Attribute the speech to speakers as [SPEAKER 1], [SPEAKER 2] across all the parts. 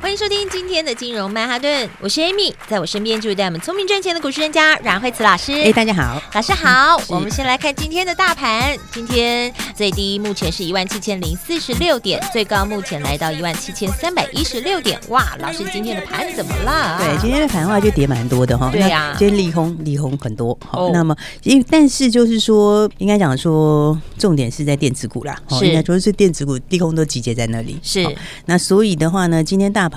[SPEAKER 1] 欢迎收听今天的金融曼哈顿，我是 Amy，在我身边就是带我们聪明赚钱的股市专家阮慧慈老师。
[SPEAKER 2] 哎、大家好，
[SPEAKER 1] 老师好，
[SPEAKER 2] 是
[SPEAKER 1] 我们先来看今天的大盘。今天最低目前是一万七千零四十六点，最高目前来到一万七千三百一十六点。哇，老师今天的盘怎么了？
[SPEAKER 2] 对，今天的盘话就跌蛮多的哈。
[SPEAKER 1] 啊对呀
[SPEAKER 2] 那今天利空，利空很多。好，
[SPEAKER 1] 哦
[SPEAKER 2] 那么因为但是就是说，应该讲说，重点是在电子股啦。哦
[SPEAKER 1] 是
[SPEAKER 2] 应该说是电子股利空都集结在那里。
[SPEAKER 1] 是
[SPEAKER 2] 好那所以的话呢，今天大盘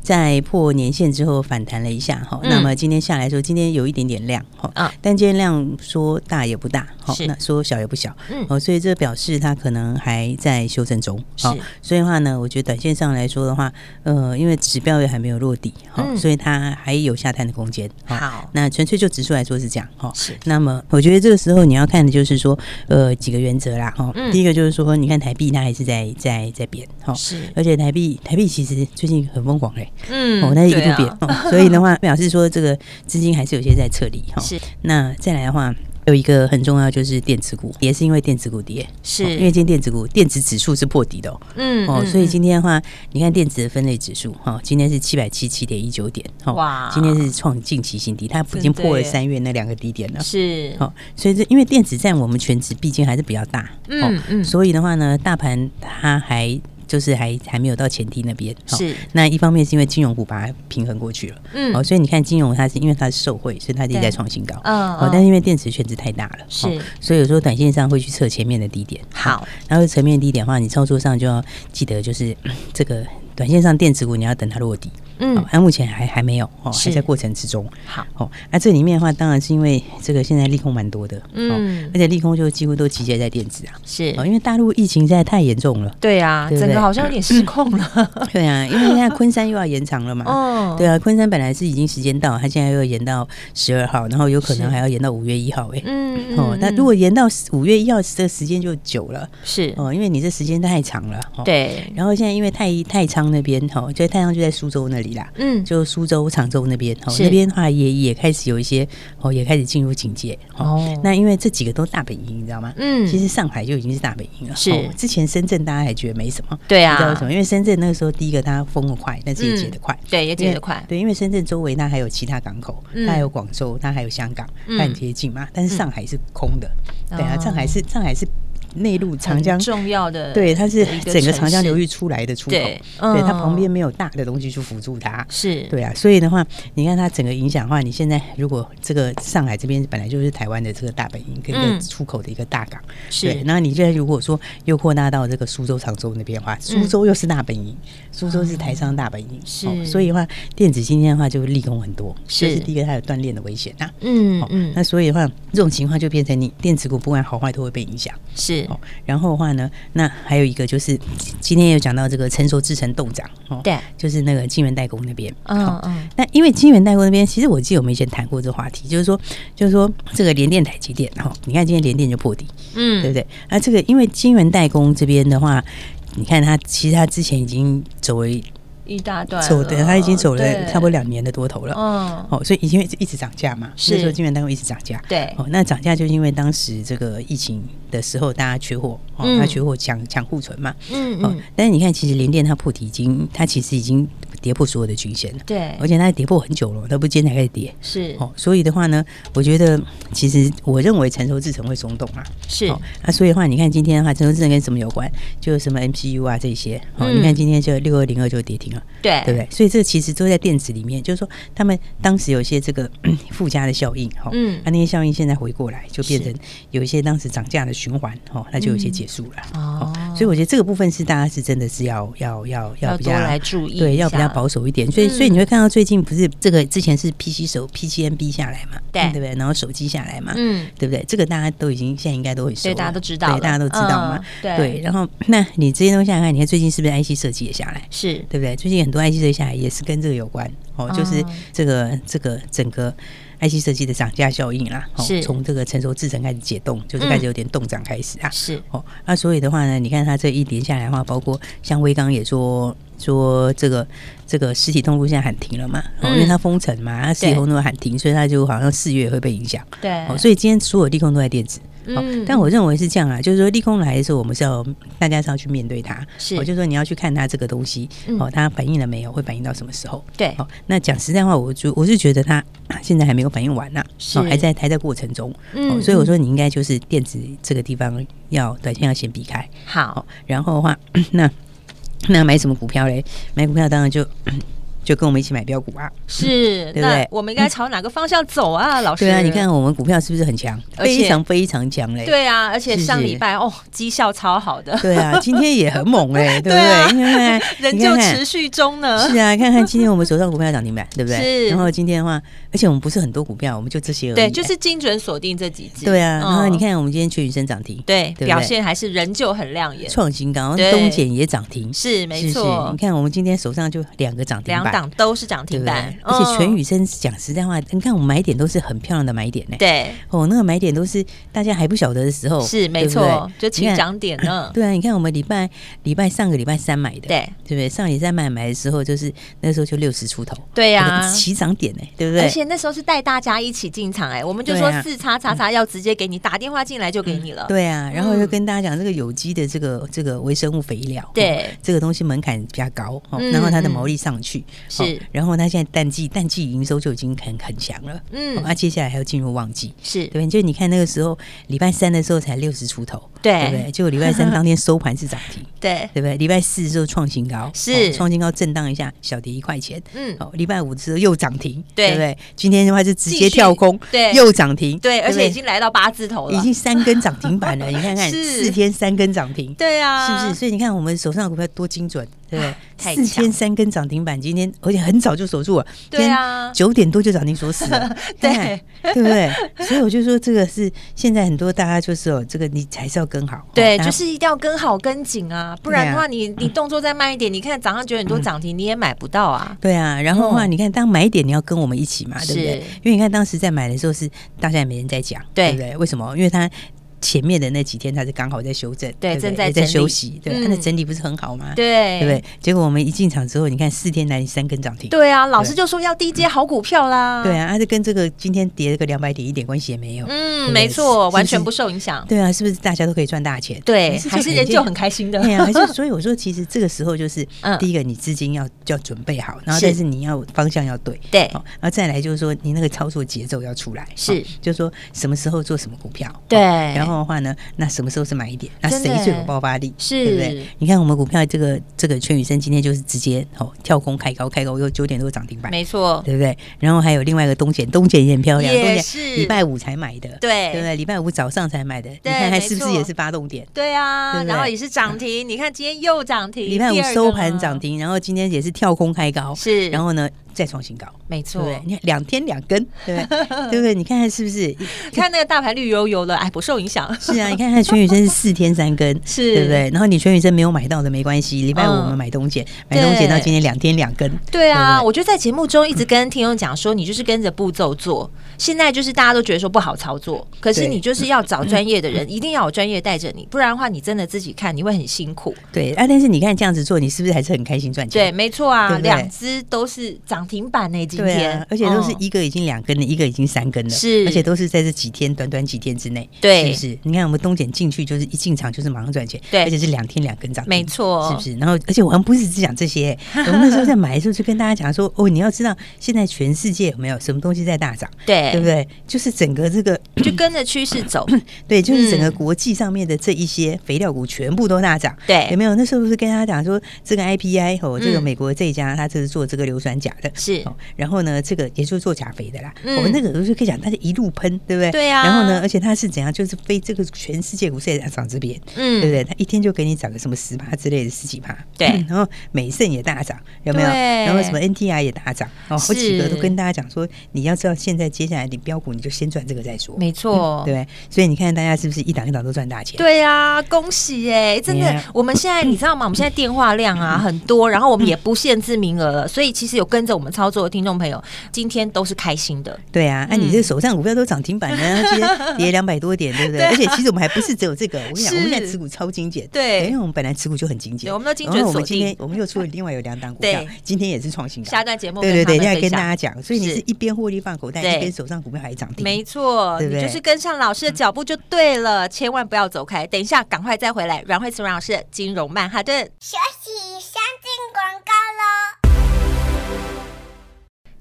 [SPEAKER 2] 在破年线之后反弹了一下哈。
[SPEAKER 1] 嗯
[SPEAKER 2] 那么今天下来说，今天有一点点量哈
[SPEAKER 1] 啊，
[SPEAKER 2] 但今天量说大也不大，好
[SPEAKER 1] 是
[SPEAKER 2] 那说小也不小。
[SPEAKER 1] 嗯
[SPEAKER 2] 哦，所以这表示它可能还在修正中。
[SPEAKER 1] 是
[SPEAKER 2] 所以的话呢，我觉得短线上来说的话，呃，因为指标也还没有落底，好、
[SPEAKER 1] 嗯
[SPEAKER 2] 所以它还有下探的空间。哦
[SPEAKER 1] 好
[SPEAKER 2] 那纯粹就指数来说是这样，哈、
[SPEAKER 1] 是
[SPEAKER 2] 那么我觉得这个时候你要看的就是说，呃，几个原则啦，哈、
[SPEAKER 1] 嗯
[SPEAKER 2] 第一个就是说，你看台币它还是在在在贬，哈、
[SPEAKER 1] 是，
[SPEAKER 2] 而且台币台币其实最近很疯狂哎、
[SPEAKER 1] 嗯
[SPEAKER 2] 哦，那一度
[SPEAKER 1] 对啊
[SPEAKER 2] 贬、哦，所以的话表示说这个资金还是有些在撤离哈、
[SPEAKER 1] 是
[SPEAKER 2] 那再来的话，有一个很重要就是电子股，也是因为电子股跌，
[SPEAKER 1] 啊是
[SPEAKER 2] 哦因为今天电子股电子指数是破底的哦，
[SPEAKER 1] 嗯
[SPEAKER 2] 哦
[SPEAKER 1] 嗯
[SPEAKER 2] 所以
[SPEAKER 1] 嗯
[SPEAKER 2] 今天的话，你看电子的分类指数哈、哦，今天是七百七七点一九点，哦
[SPEAKER 1] 哇
[SPEAKER 2] 今天是创近期新低，它已经破了
[SPEAKER 1] 真的
[SPEAKER 2] 三月那两个低点了。
[SPEAKER 1] 是
[SPEAKER 2] 好、所以这因为电子占我们全指毕竟还是比较大，
[SPEAKER 1] 嗯嗯
[SPEAKER 2] 所以的话呢，大盘它还就是还还没有到前低那边，哦
[SPEAKER 1] 是
[SPEAKER 2] 那一方面是因为金融股把它平衡过去了，
[SPEAKER 1] 嗯
[SPEAKER 2] 哦，所以你看金融它是因为它是受惠，所以它一直在
[SPEAKER 1] 对
[SPEAKER 2] 创新高，
[SPEAKER 1] 嗯
[SPEAKER 2] 哦，但是因为电池圈子太大了，
[SPEAKER 1] 是
[SPEAKER 2] 哦所以有时候短线上会去测前面的低点，
[SPEAKER 1] 好
[SPEAKER 2] 然后前面的低点的话，你操作上就要记得就是 嗯这个短线上电子股你要等它落地，
[SPEAKER 1] 嗯
[SPEAKER 2] 哦，那、目前还还没有哦，
[SPEAKER 1] 是
[SPEAKER 2] 还在过程之中，
[SPEAKER 1] 好
[SPEAKER 2] 哦，那、这里面的话，当然是因为这个现在利空蛮多的，
[SPEAKER 1] 嗯
[SPEAKER 2] 哦，而且利空就几乎都集结在电子啊，
[SPEAKER 1] 是
[SPEAKER 2] 哦，因为大陆疫情实在太严重了，
[SPEAKER 1] 对啊，
[SPEAKER 2] 对不
[SPEAKER 1] 整个
[SPEAKER 2] 对
[SPEAKER 1] 好像有点失控了。
[SPEAKER 2] 对啊，因为现在昆山又要延长了嘛，
[SPEAKER 1] 哦
[SPEAKER 2] 对啊，昆山本来是已经时间到，它现在又要延到十二号，然后有可能
[SPEAKER 1] 是
[SPEAKER 2] 还要延到五月一号、欸，
[SPEAKER 1] 嗯
[SPEAKER 2] 哦
[SPEAKER 1] 嗯，
[SPEAKER 2] 那
[SPEAKER 1] 嗯
[SPEAKER 2] 如果延到五月一号，这个时间就久了
[SPEAKER 1] 是
[SPEAKER 2] 哦，因为你这时间太长了。哦、。
[SPEAKER 1] 对，
[SPEAKER 2] 然后现在因为太太仓那边哦，就太仓就在苏州那里啦，
[SPEAKER 1] 嗯
[SPEAKER 2] 就苏州、常州那边哦，
[SPEAKER 1] 是
[SPEAKER 2] 那边的话也也开始有一些哦，也开始进入警戒哦。
[SPEAKER 1] 哦
[SPEAKER 2] 那因为这几个都大本营，你知道吗？
[SPEAKER 1] 嗯
[SPEAKER 2] 其实上海就已经是大本营了。哦
[SPEAKER 1] 是
[SPEAKER 2] 之前深圳大家还觉得没什么，
[SPEAKER 1] 对啊
[SPEAKER 2] 你知道为什么？因为深圳那个时候第一个它封得快，但是也解得快。
[SPEAKER 1] 对也
[SPEAKER 2] 因为
[SPEAKER 1] 解嗯得快，
[SPEAKER 2] 对，因为深圳周围它还有其他港口，
[SPEAKER 1] 嗯
[SPEAKER 2] 它还有广州，它还有香港，
[SPEAKER 1] 嗯
[SPEAKER 2] 它很接近嘛。但是上海是空的，
[SPEAKER 1] 嗯
[SPEAKER 2] 对啊，
[SPEAKER 1] 哦
[SPEAKER 2] 上海是上海是内陆长
[SPEAKER 1] 很
[SPEAKER 2] 江，
[SPEAKER 1] 重要的
[SPEAKER 2] 对，它是
[SPEAKER 1] 一
[SPEAKER 2] 整个长江流
[SPEAKER 1] 域
[SPEAKER 2] 域出来的出口，
[SPEAKER 1] 对
[SPEAKER 2] 对，它
[SPEAKER 1] 嗯
[SPEAKER 2] 旁边没有大的东西去辅助它。
[SPEAKER 1] 是
[SPEAKER 2] 对啊，所以的话，你看它整个影响的话，你现在如果这个上海这边本来就是台湾的这个大本营跟一
[SPEAKER 1] 嗯
[SPEAKER 2] 个出口的一个大港，对，
[SPEAKER 1] 是
[SPEAKER 2] 那你现在如果说又扩大到这个苏州、常州那边的话，苏州又是大本营，苏、州是台商大本营，
[SPEAKER 1] 嗯哦
[SPEAKER 2] 哦
[SPEAKER 1] 是
[SPEAKER 2] 所以的话，电子今天的话就利空很多，
[SPEAKER 1] 是
[SPEAKER 2] 就是第一个它有断裂的危险啊。
[SPEAKER 1] 嗯
[SPEAKER 2] 哦那
[SPEAKER 1] 嗯
[SPEAKER 2] 所以的话，这种情况就变成你电子股不管好坏都会被影响。
[SPEAKER 1] 是
[SPEAKER 2] 哦，然后的话呢，那还有一个就是今天有讲到这个成熟制成动涨，哦，
[SPEAKER 1] 对
[SPEAKER 2] 就是那个金源代工那边，
[SPEAKER 1] 嗯
[SPEAKER 2] 哦
[SPEAKER 1] 嗯
[SPEAKER 2] 那因为金源代工那边，其实我记得我们以前谈过这个话题，就是说，就是说这个联电、台积电，哈、哦，你看今天联电就破底，对
[SPEAKER 1] 嗯
[SPEAKER 2] 不对？那这个因为金源代工这边的话，你看它其实它之前已经走为
[SPEAKER 1] 一大段
[SPEAKER 2] 走的，它已经走了
[SPEAKER 1] 对
[SPEAKER 2] 差不多两年的多头了。
[SPEAKER 1] 嗯
[SPEAKER 2] 哦，所以已经一直涨价嘛，
[SPEAKER 1] 是
[SPEAKER 2] 那时候金源代工一直涨价。
[SPEAKER 1] 对
[SPEAKER 2] 哦，那涨价就因为当时这个疫情的时候，大家缺货，哦，
[SPEAKER 1] 嗯
[SPEAKER 2] 它缺货抢抢库存嘛。
[SPEAKER 1] 嗯
[SPEAKER 2] 哦
[SPEAKER 1] 嗯，
[SPEAKER 2] 但是你看，其实联电它破底已经，它其实已经跌破所有的均线了，
[SPEAKER 1] 对
[SPEAKER 2] 而且它跌破很久了，它不是今天才开始跌。
[SPEAKER 1] 是
[SPEAKER 2] 哦，所以的话呢，我觉得其实我认为成熟制程会松动啊。
[SPEAKER 1] 是
[SPEAKER 2] 哦，啊，所以的话，你看今天的话，成熟智能跟什么有关？就什么 MCU 啊这些。哦，
[SPEAKER 1] 嗯
[SPEAKER 2] 你看今天就六二零二就跌停了，
[SPEAKER 1] 对
[SPEAKER 2] 对不对？所以这其实都在电子里面，就是说他们当时有一些这个 附加的效应，哈、哦，
[SPEAKER 1] 嗯
[SPEAKER 2] 啊，那些效应现在回过来，就变
[SPEAKER 1] 是
[SPEAKER 2] 成有一些当时涨价的循环，哦，那就有一些结束了。
[SPEAKER 1] 哦
[SPEAKER 2] 所以我觉得这个部分是大家是真的是要要要
[SPEAKER 1] 要
[SPEAKER 2] 比较
[SPEAKER 1] 多来注意一下，嗯
[SPEAKER 2] 对，要比较保守一点，所以所以你会看到最近不是这个之前是 PC 手 PCNB 下来嘛，
[SPEAKER 1] 对
[SPEAKER 2] 对不对？然后手机下来嘛，
[SPEAKER 1] 嗯，
[SPEAKER 2] 对不对？这个大家都已经现在应该都会熟
[SPEAKER 1] 所以
[SPEAKER 2] 了，
[SPEAKER 1] 大家都知道了，
[SPEAKER 2] 对，大家都知道嘛
[SPEAKER 1] 嗯。对，
[SPEAKER 2] 对，然后那你这些东西下来看，你看最近是不是 IC 设计也下来？
[SPEAKER 1] 是，
[SPEAKER 2] 对不对？最近很多 IC 设计下来也是跟这个有关哦，就是
[SPEAKER 1] 哦
[SPEAKER 2] 这个、这个整个 IC 设计的涨价效应啦，哦
[SPEAKER 1] 是，
[SPEAKER 2] 从这个成熟制程开始解冻，就是
[SPEAKER 1] 嗯
[SPEAKER 2] 开始有点动涨开始啊。
[SPEAKER 1] 是，
[SPEAKER 2] 哦，那所以的话呢，你看它这一连下来的话，包括像威刚也说说这个这个实体通路现在喊停了嘛，哦，
[SPEAKER 1] 嗯
[SPEAKER 2] 因为它封城嘛，它实体
[SPEAKER 1] 对
[SPEAKER 2] 通路喊停，所以它就好像四月会被影响。
[SPEAKER 1] 对，
[SPEAKER 2] 哦，所以今天所有利空都在电子。哦
[SPEAKER 1] 嗯，
[SPEAKER 2] 但我认为是这样啊，就是说利空来的时候，我们是要大家是要去面对它。
[SPEAKER 1] 是
[SPEAKER 2] 我、哦就说你要去看它这个东西
[SPEAKER 1] 嗯，
[SPEAKER 2] 哦，它反应了没有？会反应到什么时候？
[SPEAKER 1] 对
[SPEAKER 2] 哦，那讲实在话，我就我是觉得它啊现在还没有反应完呐、啊哦
[SPEAKER 1] 是
[SPEAKER 2] 还在还在过程中。
[SPEAKER 1] 嗯
[SPEAKER 2] 哦，所以我说你应该就是电子这个地方要短线要先避开。
[SPEAKER 1] 嗯好
[SPEAKER 2] 哦，，然后的话， 那那买什么股票嘞？买股票当然就 就跟我们一起买标股啊。
[SPEAKER 1] 是，
[SPEAKER 2] 对不
[SPEAKER 1] 那
[SPEAKER 2] 对
[SPEAKER 1] 我们应该朝哪个方向走啊，老师？
[SPEAKER 2] 对啊，你看我们股票是不是很强？
[SPEAKER 1] 而且
[SPEAKER 2] 非常非常强嘞。
[SPEAKER 1] 对啊，而且
[SPEAKER 2] 是
[SPEAKER 1] 上
[SPEAKER 2] 是
[SPEAKER 1] 礼拜哦，绩效超好的，
[SPEAKER 2] 对啊，今天也很猛哎、对
[SPEAKER 1] 对
[SPEAKER 2] 不
[SPEAKER 1] 啊
[SPEAKER 2] 对？你看看
[SPEAKER 1] 仍
[SPEAKER 2] 你
[SPEAKER 1] 旧
[SPEAKER 2] 看看
[SPEAKER 1] 持续中呢。
[SPEAKER 2] 是啊，看看今天我们手上股票涨停板，对不对？
[SPEAKER 1] 是
[SPEAKER 2] 然后今天的话，而且我们不是很多股票，我们就这些而 已。
[SPEAKER 1] 对，就是精准锁定这几只。
[SPEAKER 2] 对啊。然后
[SPEAKER 1] 嗯
[SPEAKER 2] 你，看，我们今天全宇升涨停，
[SPEAKER 1] 对，
[SPEAKER 2] 对
[SPEAKER 1] 表现还是仍旧很亮眼，
[SPEAKER 2] 创新高，
[SPEAKER 1] 对
[SPEAKER 2] 东碱也涨停，
[SPEAKER 1] 是没
[SPEAKER 2] 是是
[SPEAKER 1] 错
[SPEAKER 2] 你，看，我们今天手上就两个涨停
[SPEAKER 1] 两
[SPEAKER 2] 板，
[SPEAKER 1] 档都是涨
[SPEAKER 2] 对
[SPEAKER 1] 停
[SPEAKER 2] 不对
[SPEAKER 1] 板？，嗯
[SPEAKER 2] 而且全
[SPEAKER 1] 宇
[SPEAKER 2] 宇升讲实在话，你看我们买点都是很漂亮的买点呢。
[SPEAKER 1] 对
[SPEAKER 2] 哦，那个买点都是大家还不晓得的时候，
[SPEAKER 1] 是没
[SPEAKER 2] 哦对不
[SPEAKER 1] 错，
[SPEAKER 2] 对
[SPEAKER 1] 就
[SPEAKER 2] 你
[SPEAKER 1] 起
[SPEAKER 2] 看
[SPEAKER 1] 涨点呢。
[SPEAKER 2] 对啊，你看我们礼拜礼拜上个礼拜三买的，
[SPEAKER 1] 对
[SPEAKER 2] 对不对？上礼拜买买的时候，就是那时候就六十出头，
[SPEAKER 1] 对呀
[SPEAKER 2] 那个起涨点呢、对不
[SPEAKER 1] 而
[SPEAKER 2] 对？
[SPEAKER 1] 且那时候是带大家一起进场，哎，我们就
[SPEAKER 2] 对
[SPEAKER 1] 说
[SPEAKER 2] 啊
[SPEAKER 1] 四叉叉叉要直接给你打电话进来就给你了。
[SPEAKER 2] 对啊，然后
[SPEAKER 1] 嗯
[SPEAKER 2] 就跟大家讲这个有机的这个这个微生物肥料，哦
[SPEAKER 1] 对，
[SPEAKER 2] 这个东西门槛比较高，哦
[SPEAKER 1] 嗯
[SPEAKER 2] 然后它的
[SPEAKER 1] 嗯
[SPEAKER 2] 毛利上去，
[SPEAKER 1] 是
[SPEAKER 2] 哦然后它现在淡季淡季营收就已经很很强了，
[SPEAKER 1] 嗯
[SPEAKER 2] 哦那、接下来还要进入旺季。
[SPEAKER 1] 是
[SPEAKER 2] 对，就你看那个时候，礼拜三的时候才六十出头，对不
[SPEAKER 1] 对
[SPEAKER 2] 对？就礼拜三当天收盘是涨 停，
[SPEAKER 1] 对，
[SPEAKER 2] 对不对？礼拜四的时候创新高，
[SPEAKER 1] 是
[SPEAKER 2] 哦创新高震荡一下，小跌一块钱，
[SPEAKER 1] 嗯，
[SPEAKER 2] 哦，礼拜五的时候又涨停，
[SPEAKER 1] 对
[SPEAKER 2] 对不对？今天的话是直
[SPEAKER 1] 继续
[SPEAKER 2] 接跳空，
[SPEAKER 1] 对
[SPEAKER 2] 又涨停，
[SPEAKER 1] 对，而
[SPEAKER 2] 不
[SPEAKER 1] 且已经来到八字头了，
[SPEAKER 2] 已经三根涨停板 了，你看看
[SPEAKER 1] 是
[SPEAKER 2] 四天三根涨停。
[SPEAKER 1] 对
[SPEAKER 2] 是
[SPEAKER 1] 啊，
[SPEAKER 2] 不是？所以你看，我们手上的股票多精准，对不
[SPEAKER 1] 太
[SPEAKER 2] 对？四
[SPEAKER 1] 强
[SPEAKER 2] 天三根涨停板，今天而且很早就锁住了，
[SPEAKER 1] 对啊，
[SPEAKER 2] 九点多就涨停锁死了
[SPEAKER 1] 对
[SPEAKER 2] 看 看对不对？ 所以我就说，这个是现在很多大家就是哦，这个你还是要跟好，
[SPEAKER 1] 对，
[SPEAKER 2] 哦大
[SPEAKER 1] 就
[SPEAKER 2] 家
[SPEAKER 1] 是一定要跟好跟紧啊，不然的话你，你动作再慢一点，你看早上九
[SPEAKER 2] 嗯
[SPEAKER 1] 点多涨停，你也买不到啊。
[SPEAKER 2] 对啊。然后的话，
[SPEAKER 1] 嗯
[SPEAKER 2] 你看当买点你要跟我们一起嘛，对不对
[SPEAKER 1] 是？
[SPEAKER 2] 因为你看当时在买的时候是大家也没人在讲，
[SPEAKER 1] 对
[SPEAKER 2] 对不对？为什么？因为它。前面的那几天，它是刚好在修正，
[SPEAKER 1] 对
[SPEAKER 2] 不
[SPEAKER 1] 正在
[SPEAKER 2] 也在
[SPEAKER 1] 整理
[SPEAKER 2] 休息，对吧，
[SPEAKER 1] 嗯
[SPEAKER 2] 它的整理不是很好吗？
[SPEAKER 1] 对
[SPEAKER 2] 对不对？结果我们一进场之后，你看四天来三根涨停，
[SPEAKER 1] 对啊，老师就说要低阶好股票啦。
[SPEAKER 2] 对，啊，它就跟这个今天跌了个两百点一点关系也没有。
[SPEAKER 1] 嗯，
[SPEAKER 2] 对
[SPEAKER 1] 没
[SPEAKER 2] 是
[SPEAKER 1] 错，
[SPEAKER 2] 不是
[SPEAKER 1] 完全不受影响。
[SPEAKER 2] 对啊，是不是大家都可以赚大钱？
[SPEAKER 1] 对，
[SPEAKER 2] 就
[SPEAKER 1] 还是人就很开心的。
[SPEAKER 2] 对啊，还是所以我说，其实这个时候就是
[SPEAKER 1] 嗯
[SPEAKER 2] 第一个，你资金要要准备好，然后
[SPEAKER 1] 是
[SPEAKER 2] 但是你要方向要对，
[SPEAKER 1] 对
[SPEAKER 2] 哦然后再来就是说你那个操作节奏要出来，
[SPEAKER 1] 是
[SPEAKER 2] 哦就是说什么时候做什么股票，
[SPEAKER 1] 对
[SPEAKER 2] 哦然后的话呢，那什么时候是买一点，那
[SPEAKER 1] 真
[SPEAKER 2] 谁
[SPEAKER 1] 的
[SPEAKER 2] 最有爆发力，
[SPEAKER 1] 是
[SPEAKER 2] 对不对？你看我们股票这个这个全宇生今天就是直接哦跳空开高，开高又九点多涨停板，
[SPEAKER 1] 没错，
[SPEAKER 2] 对不对？然后还有另外一个东碱，东碱也很漂亮，
[SPEAKER 1] 也
[SPEAKER 2] 东
[SPEAKER 1] 是
[SPEAKER 2] 碱礼拜五才买的，
[SPEAKER 1] 对
[SPEAKER 2] 对不对？礼拜五早上才买的，你
[SPEAKER 1] 没
[SPEAKER 2] 看看
[SPEAKER 1] 错
[SPEAKER 2] 是不是也是发动点？
[SPEAKER 1] 对啊，
[SPEAKER 2] 对不对
[SPEAKER 1] 然后也是涨停，你看今天又涨停，
[SPEAKER 2] 礼拜
[SPEAKER 1] 第
[SPEAKER 2] 五
[SPEAKER 1] 二个
[SPEAKER 2] 收
[SPEAKER 1] 了
[SPEAKER 2] 盘涨，停，然后今天也是跳空开高，
[SPEAKER 1] 是
[SPEAKER 2] 然后呢再创新高，
[SPEAKER 1] 没
[SPEAKER 2] 对
[SPEAKER 1] 错
[SPEAKER 2] 不。对？你看两天两根，对不 对？对不对？你看看是不是？
[SPEAKER 1] 看那个大盘绿油油的，哎，不受影响。
[SPEAKER 2] 是啊，你看看全宇生是四天三根，
[SPEAKER 1] 是
[SPEAKER 2] 对不对？然后你全宇生没有买到的没关系，礼拜五
[SPEAKER 1] 嗯
[SPEAKER 2] 我们买东碱，买东碱到今天两天两根，
[SPEAKER 1] 对啊，
[SPEAKER 2] 对不对
[SPEAKER 1] 我就在节目中一直跟听众讲说，你就是跟着步骤做。现在就是大家都觉得说不好操作，可是
[SPEAKER 2] 对嗯
[SPEAKER 1] 你就是要找专业的人，一定要有专业带着你，不然的话你真的自己看你会很辛苦。
[SPEAKER 2] 对啊。但是你看这样子做，你是不是还是很开心赚
[SPEAKER 1] 对，
[SPEAKER 2] 钱？
[SPEAKER 1] 没错啊，
[SPEAKER 2] 对不对
[SPEAKER 1] 两只都是涨停板呢、今
[SPEAKER 2] 对
[SPEAKER 1] 天、
[SPEAKER 2] 啊，而且都是
[SPEAKER 1] 嗯
[SPEAKER 2] 一个已经两根了，一个已经三根了，
[SPEAKER 1] 是
[SPEAKER 2] 而且都是在这几天短短几天之内，
[SPEAKER 1] 对
[SPEAKER 2] 是不是？你看我们东碱进去就是一进场就是马上赚钱，
[SPEAKER 1] 对
[SPEAKER 2] 而且是两天两根涨停，
[SPEAKER 1] 没错
[SPEAKER 2] 是不是？然后而且我们不是只讲 这些，我们那时候在买的时候就跟大家讲说，哦，你要知道现在全世界有没有什么东西在大涨，
[SPEAKER 1] 对，
[SPEAKER 2] 对不对？就是整个这个，
[SPEAKER 1] 就跟着趋势走。
[SPEAKER 2] 对，就是整个
[SPEAKER 1] 嗯
[SPEAKER 2] 国际上面的这一些肥料股全部都大涨，
[SPEAKER 1] 对
[SPEAKER 2] 有没有？那时候不是跟大家讲说，这个 IPI 哦，这个
[SPEAKER 1] 嗯
[SPEAKER 2] 美国这一家，它这是做这个硫酸钾的，
[SPEAKER 1] 是
[SPEAKER 2] 哦然后呢，这个也就是做钾肥的啦。
[SPEAKER 1] 嗯
[SPEAKER 2] 我们那个我就可以讲，它是一路喷，对不对？
[SPEAKER 1] 对啊
[SPEAKER 2] 然后呢，而且它是怎样，就是飞这个全世界股市也在涨这边，
[SPEAKER 1] 嗯
[SPEAKER 2] 对不对？它一天就给你涨个什么十趴之类的十几趴，
[SPEAKER 1] 对
[SPEAKER 2] 嗯 然后美盛也大涨，有没有？
[SPEAKER 1] 对
[SPEAKER 2] 然后什么 NTR 也大涨，哦，我几个
[SPEAKER 1] 是
[SPEAKER 2] 都跟大家讲说，你要知道现在接下来你标股，你就先赚这个再说，
[SPEAKER 1] 嗯没错
[SPEAKER 2] 对不。对？所以你看大家是不是一档一档都赚大钱？
[SPEAKER 1] 对啊，恭喜哎、真的
[SPEAKER 2] Yeah
[SPEAKER 1] 我们现在你知道吗？我们现在电话量啊很多，然后我们也不限制名额了，所以其实有跟着我们操作的听众朋友，今天都是开心的。
[SPEAKER 2] 对啊，那、你这手上股票都涨停板 呢，今天跌两百多点，对不对？而且其实我们还不是只有这个，我跟你讲，
[SPEAKER 1] 啊是
[SPEAKER 2] 我们现在持股超精简，
[SPEAKER 1] 对
[SPEAKER 2] 因为我们本来持股就很精简，
[SPEAKER 1] 对我们都精准
[SPEAKER 2] 然后我
[SPEAKER 1] 锁
[SPEAKER 2] 们
[SPEAKER 1] 定
[SPEAKER 2] 今天我们又出了另外有两档股票
[SPEAKER 1] 对，
[SPEAKER 2] 今天也是创新高
[SPEAKER 1] 下一。段节目
[SPEAKER 2] 对对对，现
[SPEAKER 1] 要
[SPEAKER 2] 在跟大家讲，所以你
[SPEAKER 1] 是
[SPEAKER 2] 是一边获利放口袋，
[SPEAKER 1] 对
[SPEAKER 2] 一边手上股票还涨停，
[SPEAKER 1] 没错，
[SPEAKER 2] 对
[SPEAKER 1] 你
[SPEAKER 2] 不对
[SPEAKER 1] 就是跟上老师的脚步就对了，千万不要走开。等一下，赶快再回来。阮慧慈阮老师的金融曼哈顿。
[SPEAKER 3] 休息，上进广告喽。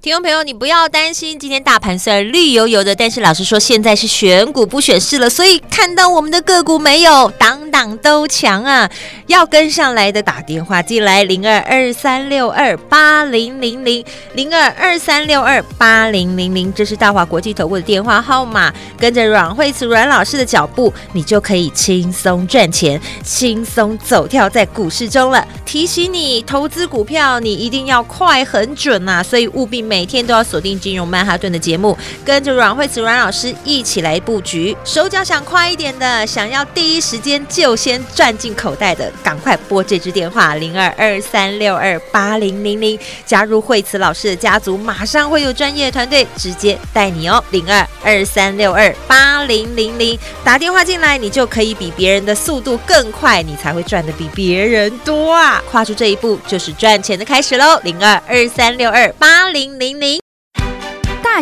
[SPEAKER 1] 听众朋友，你不要担心，今天大盘虽然绿油油的，但是老师说现在是选股不选市了，所以看到我们的个股没有，档档都强啊！要跟上来的打电话进来，零二二三六二八零零零，零二二三六二八零零零，这是大华国际投顾的电话号码。跟着阮慧慈阮老师的脚步，你就可以轻松赚钱，轻松走跳在股市中了。提醒你，投资股票你一定要快很准啊，所以务必每天都要锁定《金融曼哈顿》的节目，跟着阮慧慈阮老师一起来布局。手脚想快一点的，想要第一时间就先赚进口袋的，赶快拨这支电话零二二三六二八零零零，加入惠慈老师的家族，马上会有专业团队直接带你哦，零二二三六二八零零零。打电话进来，你就可以比别人的速度更快，你才会赚的比别人多啊！跨出这一步就是赚钱的开始喽，零二二三六二八零零零。
[SPEAKER 4] 大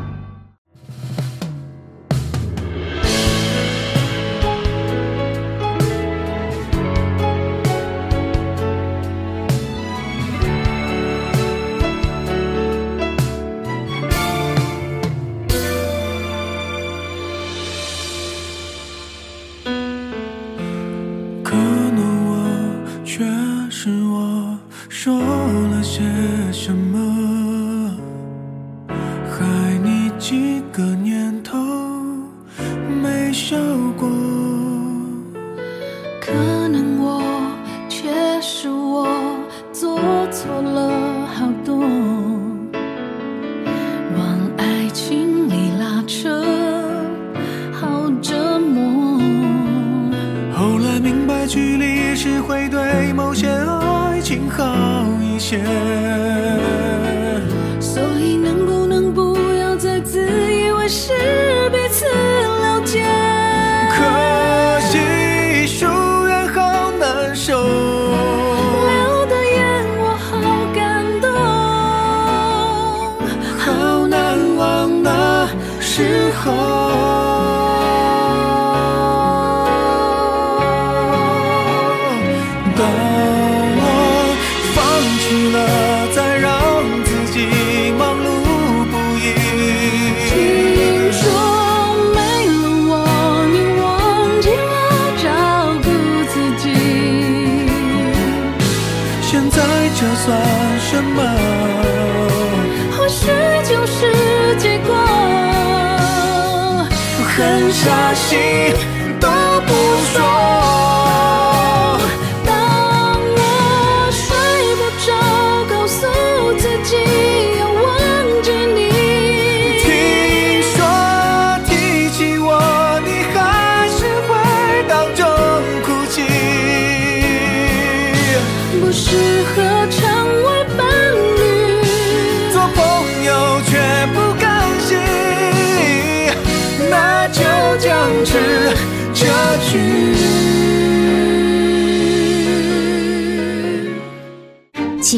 [SPEAKER 5] 可能我确实我说了些什么，害你几个念头没笑过。
[SPEAKER 6] 可能我确实我做错了好多，往爱情里拉扯，好折磨。
[SPEAKER 5] 后来明白，距离也是会对某些爱情好一些。
[SPEAKER 6] 所以能不能不要再自以为是彼此了解？
[SPEAKER 5] 可惜突然好难受。
[SPEAKER 6] 流的眼我好感动，
[SPEAKER 5] 好难忘那时候。当我放弃了，再让自己忙碌不
[SPEAKER 6] 听
[SPEAKER 5] 已。
[SPEAKER 6] 说没了我，你忘记了照顾自己。
[SPEAKER 5] 现在这算什么？
[SPEAKER 6] 或许就是结果，
[SPEAKER 5] 狠下心都不说。
[SPEAKER 6] 当我睡不着，告诉自己要忘记你。
[SPEAKER 5] 听说提起我，你还是会当众哭泣。
[SPEAKER 6] 不适合成为伴侣，
[SPEAKER 5] 做朋友却不甘心，那就僵持下去。
[SPEAKER 4] 奇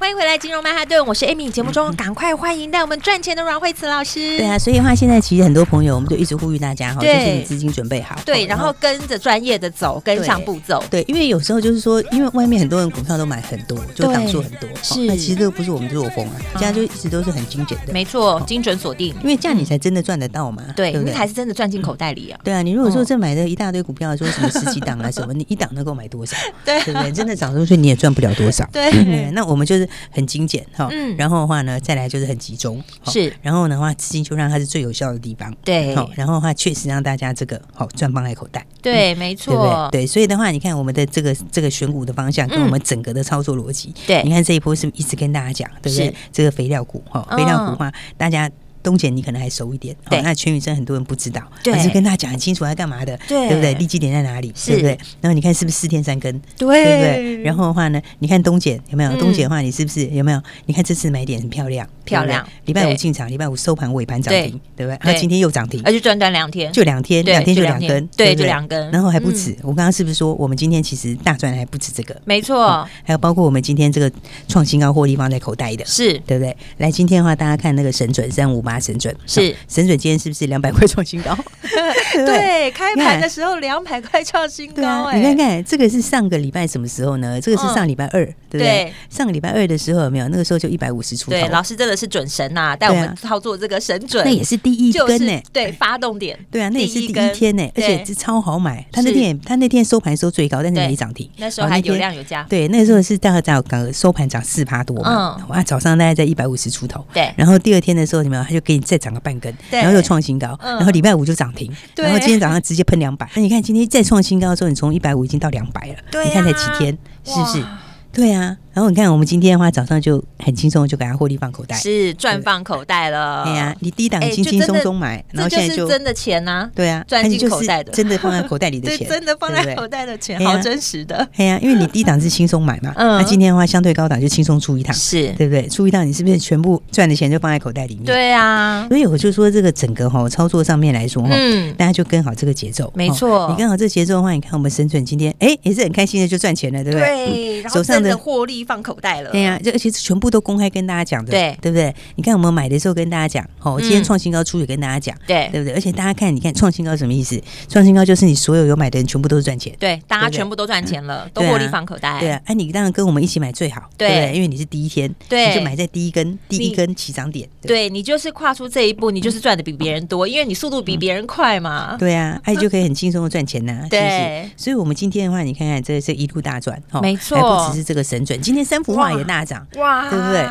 [SPEAKER 1] 欢迎回来，金融曼哈顿，我是 Amy。节目中赶快欢迎带我们赚钱的阮慧慈老师。
[SPEAKER 2] 嗯对啊，所以的话，现在其实很多朋友，我们就一直呼吁大家哈，就
[SPEAKER 1] 对
[SPEAKER 2] 是你资金准备好，
[SPEAKER 1] 对，然后跟着专业的走，跟
[SPEAKER 2] 对
[SPEAKER 1] 上步骤。
[SPEAKER 2] 对，因为有时候就是说，因为外面很多人股票都买很多，就档数很多，
[SPEAKER 1] 是
[SPEAKER 2] 哦那其实这个不是我们作风啊，
[SPEAKER 1] 嗯
[SPEAKER 2] 大家就一直都是很精简的，
[SPEAKER 1] 没错，精准锁定，
[SPEAKER 2] 因为这样你才真的赚得到嘛，
[SPEAKER 1] 对，
[SPEAKER 2] 不
[SPEAKER 1] 那
[SPEAKER 2] 对？
[SPEAKER 1] 才是真的赚进口袋里啊。
[SPEAKER 2] 对啊，你如果说
[SPEAKER 1] 嗯
[SPEAKER 2] 这买的一大堆股票，说什么十几档啊什么，你一档能够买 多少？
[SPEAKER 1] 对啊
[SPEAKER 2] 对不对？真的涨出去你也赚不了多少。
[SPEAKER 1] 对
[SPEAKER 2] 嗯那我们就是很精简哈
[SPEAKER 1] 嗯，
[SPEAKER 2] 然后的话呢，再来就是很集中，哈
[SPEAKER 1] 是，
[SPEAKER 2] 然后的话资金就让它是最有效的地方，
[SPEAKER 1] 对
[SPEAKER 2] 好，然后的话确实让大家这个好赚放在口袋，嗯
[SPEAKER 1] 对，没
[SPEAKER 2] 对不
[SPEAKER 1] 错
[SPEAKER 2] 对？，对，所以的话，你看我们的这个这个选股的方向跟
[SPEAKER 1] 嗯
[SPEAKER 2] 我们整个的操作逻辑，
[SPEAKER 1] 对
[SPEAKER 2] 你看这一波是不是一直跟大家讲，对不
[SPEAKER 1] 是
[SPEAKER 2] 对？这个肥料股哈，
[SPEAKER 1] 嗯
[SPEAKER 2] 肥料股的话，大家。东姐，你可能还熟一点，哦
[SPEAKER 1] 对
[SPEAKER 2] 那全宇真很多人不知道，
[SPEAKER 1] 对
[SPEAKER 2] 我是跟大家讲很清楚要干嘛的，
[SPEAKER 1] 对
[SPEAKER 2] 不对？利基点在哪里，
[SPEAKER 1] 是
[SPEAKER 2] 对不对？然后你看是不是四天三更，
[SPEAKER 1] 对
[SPEAKER 2] 不对？然后的话呢，你看东姐有没有？
[SPEAKER 1] 嗯
[SPEAKER 2] 东姐的话，你是不是有没有？你看这次买点很漂亮，
[SPEAKER 1] 漂亮
[SPEAKER 2] 对不对礼拜
[SPEAKER 1] 对
[SPEAKER 2] 五进场，礼拜五收盘尾盘涨停，对不对？
[SPEAKER 1] 对
[SPEAKER 2] 那今天又涨停，
[SPEAKER 1] 而且短短两天，
[SPEAKER 2] 就两天，
[SPEAKER 1] 对
[SPEAKER 2] 两天
[SPEAKER 1] 就
[SPEAKER 2] 就
[SPEAKER 1] 两
[SPEAKER 2] 两
[SPEAKER 1] 天
[SPEAKER 2] 根，
[SPEAKER 1] 对
[SPEAKER 2] 不
[SPEAKER 1] 就两根嗯
[SPEAKER 2] 然后还不止。我刚刚是不是说，我们今天其实大赚的还不止这个？
[SPEAKER 1] 没
[SPEAKER 2] 哦
[SPEAKER 1] 错，
[SPEAKER 2] 还有包括我们今天这个创新高获利放在口袋的，
[SPEAKER 1] 是
[SPEAKER 2] 对不对？来，今天的话，大家看那个神准三五八神准，
[SPEAKER 1] 是
[SPEAKER 2] 神准今天是不是两百块创新 高？ 对不对
[SPEAKER 1] 对，开盘的时候两百块创新
[SPEAKER 2] 对
[SPEAKER 1] 高，
[SPEAKER 2] 啊，
[SPEAKER 1] 哎，
[SPEAKER 2] 你看看这个是上个礼拜什么时候呢？这个是
[SPEAKER 1] 嗯
[SPEAKER 2] 上礼拜二，对
[SPEAKER 1] 对
[SPEAKER 2] 不对？上个礼拜二的时候有没有？那个时候就一百五十出头，
[SPEAKER 1] 对，老师真的是准神呐、带我
[SPEAKER 2] 对
[SPEAKER 1] 们
[SPEAKER 2] 啊
[SPEAKER 1] 操作这个神准，
[SPEAKER 2] 那也是第一
[SPEAKER 1] 就是
[SPEAKER 2] 根呢。
[SPEAKER 1] 对发动点，
[SPEAKER 2] 对啊，那也是第一
[SPEAKER 1] 根
[SPEAKER 2] 天呢、而且
[SPEAKER 1] 对
[SPEAKER 2] 是超好买。他那
[SPEAKER 1] 是
[SPEAKER 2] 天也他那天收盘收最高，但是
[SPEAKER 1] 对
[SPEAKER 2] 没涨停。
[SPEAKER 1] 那时候
[SPEAKER 2] 哦
[SPEAKER 1] 还
[SPEAKER 2] 天
[SPEAKER 1] 有量有价，
[SPEAKER 2] 对，那时候是大概在刚收盘涨四趴多嘛，哇，早上大概在一百五十出头。
[SPEAKER 1] 嗯对
[SPEAKER 2] 然后第二天的时候，你们它就给你再涨个半根，
[SPEAKER 1] 对
[SPEAKER 2] 然后又创新高，
[SPEAKER 1] 嗯
[SPEAKER 2] 然后礼拜五就涨停，
[SPEAKER 1] 对
[SPEAKER 2] 然后今天早上直接喷两百。那你看今天再创新高的时候，你从一百五已经到两百了，
[SPEAKER 1] 对啊
[SPEAKER 2] 你看才几天，是不是
[SPEAKER 1] 哇？
[SPEAKER 2] 对啊。然后你看我们今天的话，早上就很轻松就给它获利放口袋。
[SPEAKER 1] 是赚放口袋了，
[SPEAKER 2] 对啊呀，你低档
[SPEAKER 1] 哎
[SPEAKER 2] 轻
[SPEAKER 1] 就
[SPEAKER 2] 轻
[SPEAKER 1] 真
[SPEAKER 2] 松
[SPEAKER 1] 的
[SPEAKER 2] 松买，然
[SPEAKER 1] 这就
[SPEAKER 2] 后现在
[SPEAKER 1] 是
[SPEAKER 2] 就
[SPEAKER 1] 真的钱呐、
[SPEAKER 2] 对啊，
[SPEAKER 1] 赚
[SPEAKER 2] 那你
[SPEAKER 1] 进
[SPEAKER 2] 就
[SPEAKER 1] 口
[SPEAKER 2] 是
[SPEAKER 1] 袋的
[SPEAKER 2] 真的放在口袋里的 钱，
[SPEAKER 1] 真的放
[SPEAKER 2] 对
[SPEAKER 1] 在
[SPEAKER 2] 不对
[SPEAKER 1] 口袋的钱，
[SPEAKER 2] 对
[SPEAKER 1] 好
[SPEAKER 2] 啊
[SPEAKER 1] 真实的，
[SPEAKER 2] 哎呀，因为你低档是轻松买嘛，
[SPEAKER 1] 嗯
[SPEAKER 2] 那今天的话相对高档就轻松出一趟，
[SPEAKER 1] 是
[SPEAKER 2] 对不对？出一趟你是不是全部赚的钱就放在口袋里面？，
[SPEAKER 1] 对啊，
[SPEAKER 2] 所以我就说这个整个哈操作上面来说哈。
[SPEAKER 1] 嗯，
[SPEAKER 2] 大家就跟好这个节奏，
[SPEAKER 1] 没
[SPEAKER 2] 哦
[SPEAKER 1] 错
[SPEAKER 2] 你跟好这节奏的话，你看我们深圳今天，哎、也是很开心的就赚钱了，对不对？嗯
[SPEAKER 1] 对，然后
[SPEAKER 2] 手上
[SPEAKER 1] 真
[SPEAKER 2] 的
[SPEAKER 1] 的获利放口袋了，
[SPEAKER 2] 对啊呀、这而且是全部都公开跟大家讲的，
[SPEAKER 1] 对
[SPEAKER 2] 对不对？你看我们买的时候跟大家讲，哦，
[SPEAKER 1] 嗯
[SPEAKER 2] 今天创新高出也跟大家讲，
[SPEAKER 1] 对
[SPEAKER 2] 对不对？而且大家看，你看创新高什么意思？创新高就是你所有有买的人全部都是赚钱，
[SPEAKER 1] 对，大家
[SPEAKER 2] 对不对
[SPEAKER 1] 全部都赚钱了，都
[SPEAKER 2] 对啊
[SPEAKER 1] 获利放口袋，
[SPEAKER 2] 对啊，哎、你当然跟我们一起买最好，
[SPEAKER 1] 对
[SPEAKER 2] 对不对，因为你是第一天，
[SPEAKER 1] 对
[SPEAKER 2] 你就买在第一根第一
[SPEAKER 1] 你
[SPEAKER 2] 根起涨点，不
[SPEAKER 1] 对你就是跨出这一步，你就是赚的比别人多，因为你速度比别人快嘛。
[SPEAKER 2] 嗯对啊，哎、就可以很轻松的赚钱呐、是不
[SPEAKER 1] 对
[SPEAKER 2] 是？所以，我们今天的话，你看看这这一路大赚，哦
[SPEAKER 1] 没错
[SPEAKER 2] 还不只是这个神准，今天三幅画也大涨。
[SPEAKER 1] 哇啊
[SPEAKER 2] 对不对？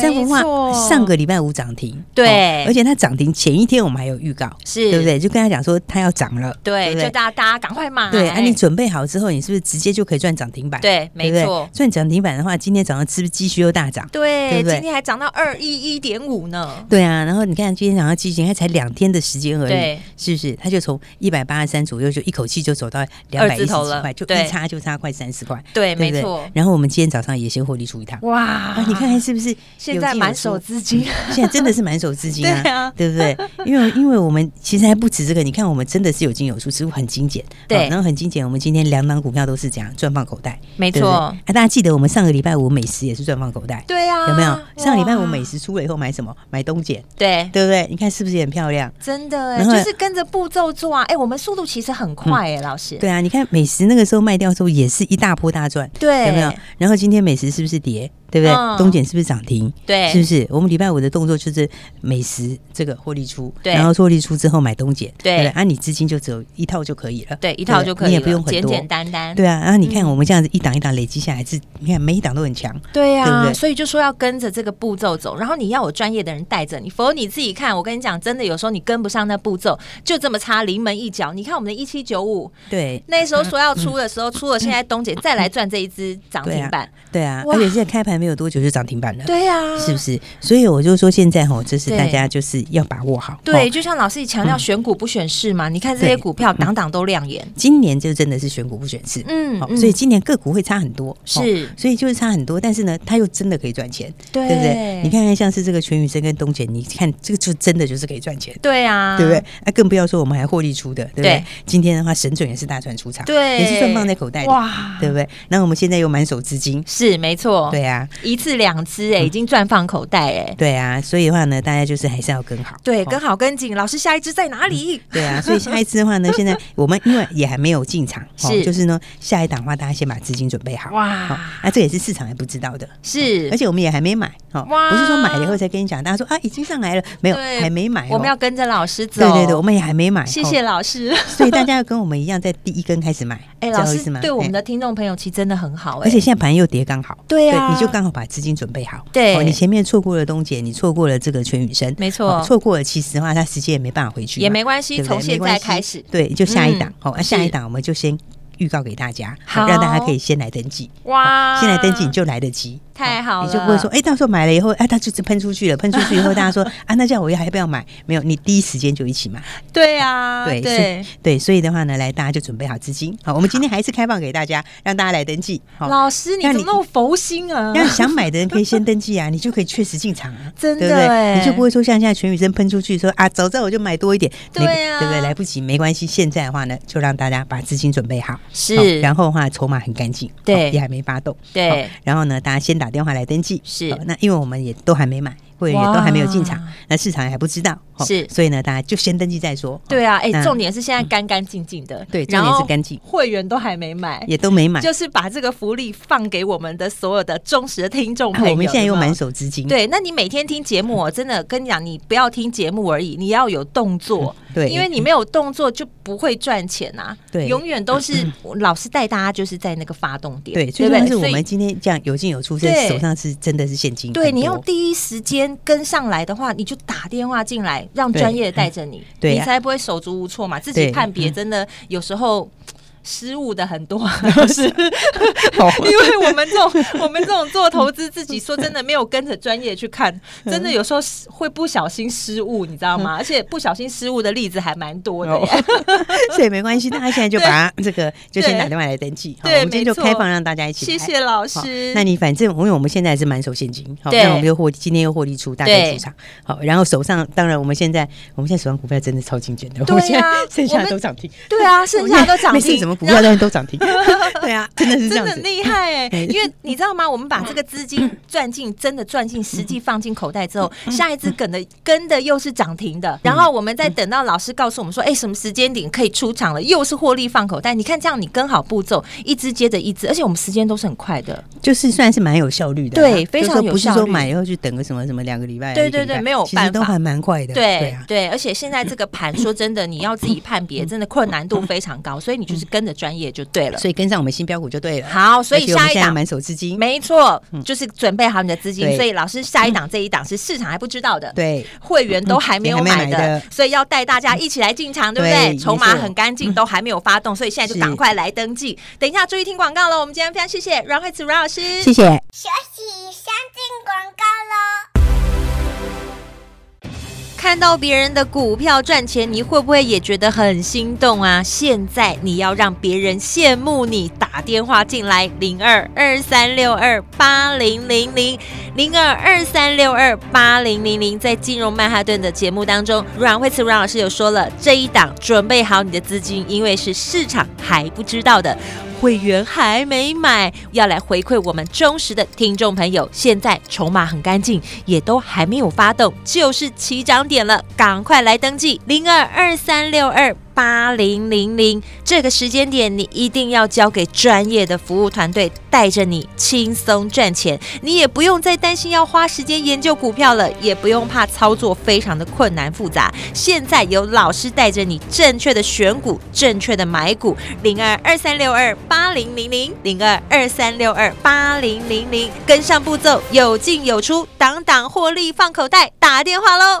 [SPEAKER 2] 三幅画上个礼拜五涨停，哦
[SPEAKER 1] 对
[SPEAKER 2] 而且它涨停前一天我们还有预告，
[SPEAKER 1] 是
[SPEAKER 2] 对不对？就跟他讲说它要涨了，
[SPEAKER 1] 对，
[SPEAKER 2] 不
[SPEAKER 1] 就大家大家赶快买。
[SPEAKER 2] 对，啊，你准备好之后，你是不是直接就可以赚涨停板？
[SPEAKER 1] 对没
[SPEAKER 2] 不对
[SPEAKER 1] 错
[SPEAKER 2] 赚涨停板的话，今天早上是不是继续又大涨？
[SPEAKER 1] 对
[SPEAKER 2] 对不对
[SPEAKER 1] 今天还涨到二一一点五呢。
[SPEAKER 2] 对啊，然后你看今天早上基金，它才两天的时间而已
[SPEAKER 1] 对，
[SPEAKER 2] 是不是？它就从一百八十三左右，就一口气就走到两
[SPEAKER 1] 二
[SPEAKER 2] 百一
[SPEAKER 1] 字
[SPEAKER 2] 十
[SPEAKER 1] 头了
[SPEAKER 2] 几块，就
[SPEAKER 1] 对
[SPEAKER 2] 一差就差快三十块，
[SPEAKER 1] 对
[SPEAKER 2] 不
[SPEAKER 1] 没错
[SPEAKER 2] 然后我们今天早上也先获利出一趟，
[SPEAKER 1] 哇、
[SPEAKER 2] 啊，你看看是不是？
[SPEAKER 1] 现在满手资金，
[SPEAKER 2] 现在真的是满手资金啊，
[SPEAKER 1] 对啊
[SPEAKER 2] 不对？因为因为我们其实还不止这个，你看我们真的是有进有出，似乎很精简，啊
[SPEAKER 1] 对
[SPEAKER 2] 好然后很精简。我们今天两档股票都是这样赚放口袋，
[SPEAKER 1] 没
[SPEAKER 2] 对不对啊，大家记得我们上个礼拜五美食也是赚放口袋，
[SPEAKER 1] 对啊，
[SPEAKER 2] 有没有？上礼拜五
[SPEAKER 1] 哇
[SPEAKER 2] 美食出了以后买什么？买东碱，
[SPEAKER 1] 对。
[SPEAKER 2] 对不对？你看是不是也很漂亮？
[SPEAKER 1] 真的哎、
[SPEAKER 2] 然后
[SPEAKER 1] 就是跟着步骤做啊！哎、我们速度其实很快哎、老师。
[SPEAKER 2] 对啊，你看美食那个时候卖掉之后也是一大波大赚，
[SPEAKER 1] 对
[SPEAKER 2] 有没有？然后今天美食是不是跌？对不对？
[SPEAKER 1] 嗯
[SPEAKER 2] 东碱是不是涨停？
[SPEAKER 1] 对
[SPEAKER 2] 是不是？我们礼拜五的动作就是美食这个获利出，
[SPEAKER 1] 对
[SPEAKER 2] 然后获利出之后买东碱，
[SPEAKER 1] 对
[SPEAKER 2] 不啊，你资金就只有一套就可以了，
[SPEAKER 1] 对一套
[SPEAKER 2] 不
[SPEAKER 1] 就可以了，
[SPEAKER 2] 你也不用很
[SPEAKER 1] 简
[SPEAKER 2] 多，
[SPEAKER 1] 简单嗯单。
[SPEAKER 2] 对啊，然后你看我们这样子一档一档累积下来，是，你看每一档都很强，
[SPEAKER 1] 对呀、
[SPEAKER 2] 对不对
[SPEAKER 1] 所以就说要跟着这个步骤走，然后你要有专业的人带着你，否则你自己看。我跟你讲，真的有时候你跟不上那步骤，就这么差临门一脚。你看我们的一七九五
[SPEAKER 2] 对。
[SPEAKER 1] 那时候说要出的时候，出了，现在东姐再来赚这一只涨
[SPEAKER 2] 嗯对
[SPEAKER 1] 停
[SPEAKER 2] 啊
[SPEAKER 1] 板，，
[SPEAKER 2] 对啊，
[SPEAKER 1] 哇
[SPEAKER 2] 而且现在开盘没有多久就涨停板了，
[SPEAKER 1] 对啊呀、
[SPEAKER 2] 是不？哦是？所以我就说现在吼，就是
[SPEAKER 1] 对
[SPEAKER 2] 大家就是要把握好，
[SPEAKER 1] 对，
[SPEAKER 2] 哦，
[SPEAKER 1] 就像老师强调选股不选市嘛，你看这些
[SPEAKER 2] 对
[SPEAKER 1] 股票档档都亮眼，
[SPEAKER 2] 今年就真的是选股不选市，
[SPEAKER 1] 嗯
[SPEAKER 2] 好，
[SPEAKER 1] 嗯
[SPEAKER 2] 所以今年个股会差很多，
[SPEAKER 1] 是
[SPEAKER 2] 哦所以就是差很多，但是呢，它又真的可以赚钱，
[SPEAKER 1] 对
[SPEAKER 2] 对不对？你看看像是这个全宇生跟东姐，你看这个就真的就是可以赚钱。
[SPEAKER 1] 对啊，
[SPEAKER 2] 对不对？那、更不要说我们还获利出的，对不对？
[SPEAKER 1] 对
[SPEAKER 2] 今天的话，神准也是大赚出场，
[SPEAKER 1] 对
[SPEAKER 2] 也是算放在口袋里，
[SPEAKER 1] 哇
[SPEAKER 2] 对不对？那我们现在又满手资金，
[SPEAKER 1] 是没错，
[SPEAKER 2] 对啊，
[SPEAKER 1] 一次两只哎，已经赚放口袋哎，
[SPEAKER 2] 对啊，所以的话呢，大家就是还是要跟好，
[SPEAKER 1] 对，
[SPEAKER 2] 哦
[SPEAKER 1] 跟好跟紧，老师下一只在哪里？
[SPEAKER 2] 对啊，所以下一次的话呢，现在 我们因为也还没有进场，哦
[SPEAKER 1] 是
[SPEAKER 2] 就是呢，下一档的话，大家先把资金准备好。
[SPEAKER 1] 哇
[SPEAKER 2] 好那、这也是市场还不知道的，
[SPEAKER 1] 是
[SPEAKER 2] 而且我们也还没买，哦，
[SPEAKER 1] 哇
[SPEAKER 2] 不是说买了以后才跟你讲，大家说啊已经上来了，没有，
[SPEAKER 1] 对
[SPEAKER 2] 还没买哦、
[SPEAKER 1] 我们要跟着老师走。
[SPEAKER 2] 对对对，我们也还没买，
[SPEAKER 1] 谢谢
[SPEAKER 2] 哦。
[SPEAKER 1] 老师。
[SPEAKER 2] 所以大家要跟我们一样，在第一根开始买，
[SPEAKER 1] 哎，
[SPEAKER 2] 知道
[SPEAKER 1] 老
[SPEAKER 2] 意
[SPEAKER 1] 师
[SPEAKER 2] 思吗
[SPEAKER 1] 对我们的
[SPEAKER 2] 哎
[SPEAKER 1] 听众朋友其实真的很好哎，
[SPEAKER 2] 而且现在盘又跌刚好，
[SPEAKER 1] 对啊
[SPEAKER 2] 你就刚好把资金准备好。哦
[SPEAKER 1] 对
[SPEAKER 2] 你前面错过了东姐，你错过了这个全宇生，
[SPEAKER 1] 没错
[SPEAKER 2] 哦错过了其实的话，它时间也没办法回去嘛，
[SPEAKER 1] 也没关系，
[SPEAKER 2] 对不对
[SPEAKER 1] 从现
[SPEAKER 2] 没关
[SPEAKER 1] 在
[SPEAKER 2] 系
[SPEAKER 1] 开始。
[SPEAKER 2] 对，就下一档
[SPEAKER 1] 嗯，
[SPEAKER 2] 好、啊，下一档我们就先预告给大家，
[SPEAKER 1] 好
[SPEAKER 2] 让大家可以先来登记。
[SPEAKER 1] 哇
[SPEAKER 2] 先来登记你就来得及，
[SPEAKER 1] 太好了
[SPEAKER 2] 你就不会说，哎、到时候买了以后，哎、它就是喷出去了，喷出去以 后，大家说，啊，那这样我还要不要买？没有，你第一时间就一起买，
[SPEAKER 1] 对啊，
[SPEAKER 2] 对
[SPEAKER 1] 对，
[SPEAKER 2] 对，所以的话呢，来大家就准备好资金，好，我们今天还是开放给大家，让大家来登记，好
[SPEAKER 1] 老师你
[SPEAKER 2] 那
[SPEAKER 1] 怎么那么佛心啊？
[SPEAKER 2] 让想买的人可以先登记啊，你就可以确实进场啊，
[SPEAKER 1] 真的
[SPEAKER 2] 对不
[SPEAKER 1] 欸
[SPEAKER 2] 对？你就不会说像现在全宇生喷出去说啊，早知道我就买多一点，
[SPEAKER 1] 对
[SPEAKER 2] 那个
[SPEAKER 1] 啊
[SPEAKER 2] 对不对？来不及，没关系。现在的话呢，就让大家把资金准备好，
[SPEAKER 1] 是
[SPEAKER 2] 好然后的哦话筹码很干净，
[SPEAKER 1] 对
[SPEAKER 2] 好也还没发动，
[SPEAKER 1] 对
[SPEAKER 2] 好然后呢，大家先打电话来登记，
[SPEAKER 1] 是
[SPEAKER 2] 好那因为我们也都还没买，会员也都还没有进场
[SPEAKER 1] 哇，
[SPEAKER 2] 那市场也还不知道，哦
[SPEAKER 1] 是
[SPEAKER 2] 所以呢，大家就先登记再说。
[SPEAKER 1] 对啊，哎、
[SPEAKER 2] 那嗯
[SPEAKER 1] 重点是现在干干净净的，
[SPEAKER 2] 对
[SPEAKER 1] 然
[SPEAKER 2] 重点是
[SPEAKER 1] 后
[SPEAKER 2] 干净
[SPEAKER 1] 会员都还没买，
[SPEAKER 2] 也都没买，
[SPEAKER 1] 就是把这个福利放给我们的所有的忠实的听众
[SPEAKER 2] 啊
[SPEAKER 1] 朋友。
[SPEAKER 2] 我们现在
[SPEAKER 1] 有
[SPEAKER 2] 又
[SPEAKER 1] 没有
[SPEAKER 2] 满手资金，
[SPEAKER 1] 对，那你每天听节目、哦，真的跟你讲，你不要听节目而已，你要有动作，
[SPEAKER 2] 对
[SPEAKER 1] 因为你没有动作就不会赚钱呐、
[SPEAKER 2] 对
[SPEAKER 1] 永远都是老师带大家就是在那个发动点，
[SPEAKER 2] 对，最
[SPEAKER 1] 不
[SPEAKER 2] 重要是
[SPEAKER 1] 所
[SPEAKER 2] 我
[SPEAKER 1] 以
[SPEAKER 2] 们今天这样有进有出，这
[SPEAKER 1] 对
[SPEAKER 2] 手上是真的是现金很多。
[SPEAKER 1] 对，你要第一时间跟上来的话，你就打电话进来，让
[SPEAKER 2] 对
[SPEAKER 1] 专业带着你，
[SPEAKER 2] 对
[SPEAKER 1] 你
[SPEAKER 2] 啊
[SPEAKER 1] 才不会手足无措嘛。自己
[SPEAKER 2] 对嗯
[SPEAKER 1] 判别真的有时候。失误的 很多，是 因为我们这种我们这种做投资，自己说真的没有跟着专业去看，
[SPEAKER 2] 嗯
[SPEAKER 1] 真的有时候是会不小心失误，你知道吗？而且不小心失误的例子还蛮多
[SPEAKER 2] 哦
[SPEAKER 1] 的耶。
[SPEAKER 2] 所以没关系，大家现在就把它这个就先打电话来登记。好，
[SPEAKER 1] 对
[SPEAKER 2] 我们今天就
[SPEAKER 1] 没错
[SPEAKER 2] 开放让大家一 起来。
[SPEAKER 1] 谢谢老
[SPEAKER 2] 好
[SPEAKER 1] 师。
[SPEAKER 2] 那你反正因为我们现在还是满手现金，好，
[SPEAKER 1] 对
[SPEAKER 2] 那我们就获今天又获利出大概出场，好，然后手上当然我们现在我们现在手上股票真的超精简的，
[SPEAKER 1] 对啊
[SPEAKER 2] 我们现在剩
[SPEAKER 1] 我
[SPEAKER 2] 下
[SPEAKER 1] 们
[SPEAKER 2] 的都涨停，
[SPEAKER 1] 对啊，剩下都涨
[SPEAKER 2] 没事，
[SPEAKER 1] 停，
[SPEAKER 2] 什么股票但是都涨 停，对啊，真的是
[SPEAKER 1] 真
[SPEAKER 2] 这样
[SPEAKER 1] 的很
[SPEAKER 2] 子。
[SPEAKER 1] 厉害哎、
[SPEAKER 2] 对
[SPEAKER 1] 因为你知道吗？我们把这个资金赚进，真的赚进，实际放进口袋之后，
[SPEAKER 2] 嗯
[SPEAKER 1] 下一只梗的跟的又是涨停的，然后我们再等到老师告诉我们说，哎、什么时间点可以出场了，又是获利放口袋。你看这样，你跟好步骤，一只接着一只，而且我们时间都是很快的。
[SPEAKER 2] 就是算是蛮有效率的啦，
[SPEAKER 1] 对非常
[SPEAKER 2] 就是说
[SPEAKER 1] 有效率
[SPEAKER 2] 不是说买以后去等个什么什么两个礼拜啊，
[SPEAKER 1] 对
[SPEAKER 2] 一个礼拜
[SPEAKER 1] 对对没有
[SPEAKER 2] 其实都
[SPEAKER 1] 办法
[SPEAKER 2] 还蛮快的，
[SPEAKER 1] 对
[SPEAKER 2] 啊。
[SPEAKER 1] 对，而且现在这个盘，说真的，你要自己判别，真的困难度非常
[SPEAKER 2] 嗯
[SPEAKER 1] 高，所以你就是跟着专业就对了。
[SPEAKER 2] 所以跟上我们新标股就对了。
[SPEAKER 1] 好，所以
[SPEAKER 2] 而且我们
[SPEAKER 1] 下一
[SPEAKER 2] 现在
[SPEAKER 1] 档
[SPEAKER 2] 满手资金，
[SPEAKER 1] 没错，就是准备好你的资金。
[SPEAKER 2] 对
[SPEAKER 1] 所以老师下一 档这一档是市场还不知道的，
[SPEAKER 2] 对
[SPEAKER 1] 会员都还没有买的，
[SPEAKER 2] 嗯还没买的嗯
[SPEAKER 1] 所以要带大家一起来进场，对不
[SPEAKER 2] 对
[SPEAKER 1] 对？
[SPEAKER 2] 没错嗯
[SPEAKER 1] 筹码很干净，都还没有发动，所以现在就是赶快来登记。等一下注意听广告喽。我们今天非常谢谢阮慧慈阮老师，
[SPEAKER 2] 谢谢。
[SPEAKER 3] 休息一下，进广告喽。
[SPEAKER 1] 看到别人的股票赚钱，你会不会也觉得很心动啊？现在你要让别人羡慕你，打电话进来零二二三六二八零零零零二二三六二八零零零。在金融曼哈顿的节目当中，阮慧慈阮老师有说了，这一档准备好你的资金，因为是市场还不知道的。会员还没买，要来回馈我们忠实的听众朋友。现在筹码很干净，也都还没有发动，就是起涨点了，赶快来登记零二二三六二。八零零零这个时间点，你一定要交给专业的服务团队，带着你轻松赚钱。你也不用再担心要花时间研究股票了，也不用怕操作非常的困难复杂。现在有老师带着你正确的选股，正确的买股，零二二三六二八零零零零二二三六二八零零零，跟上步骤，有进有出，档档获利放口袋，打电话喽！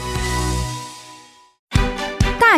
[SPEAKER 4] 大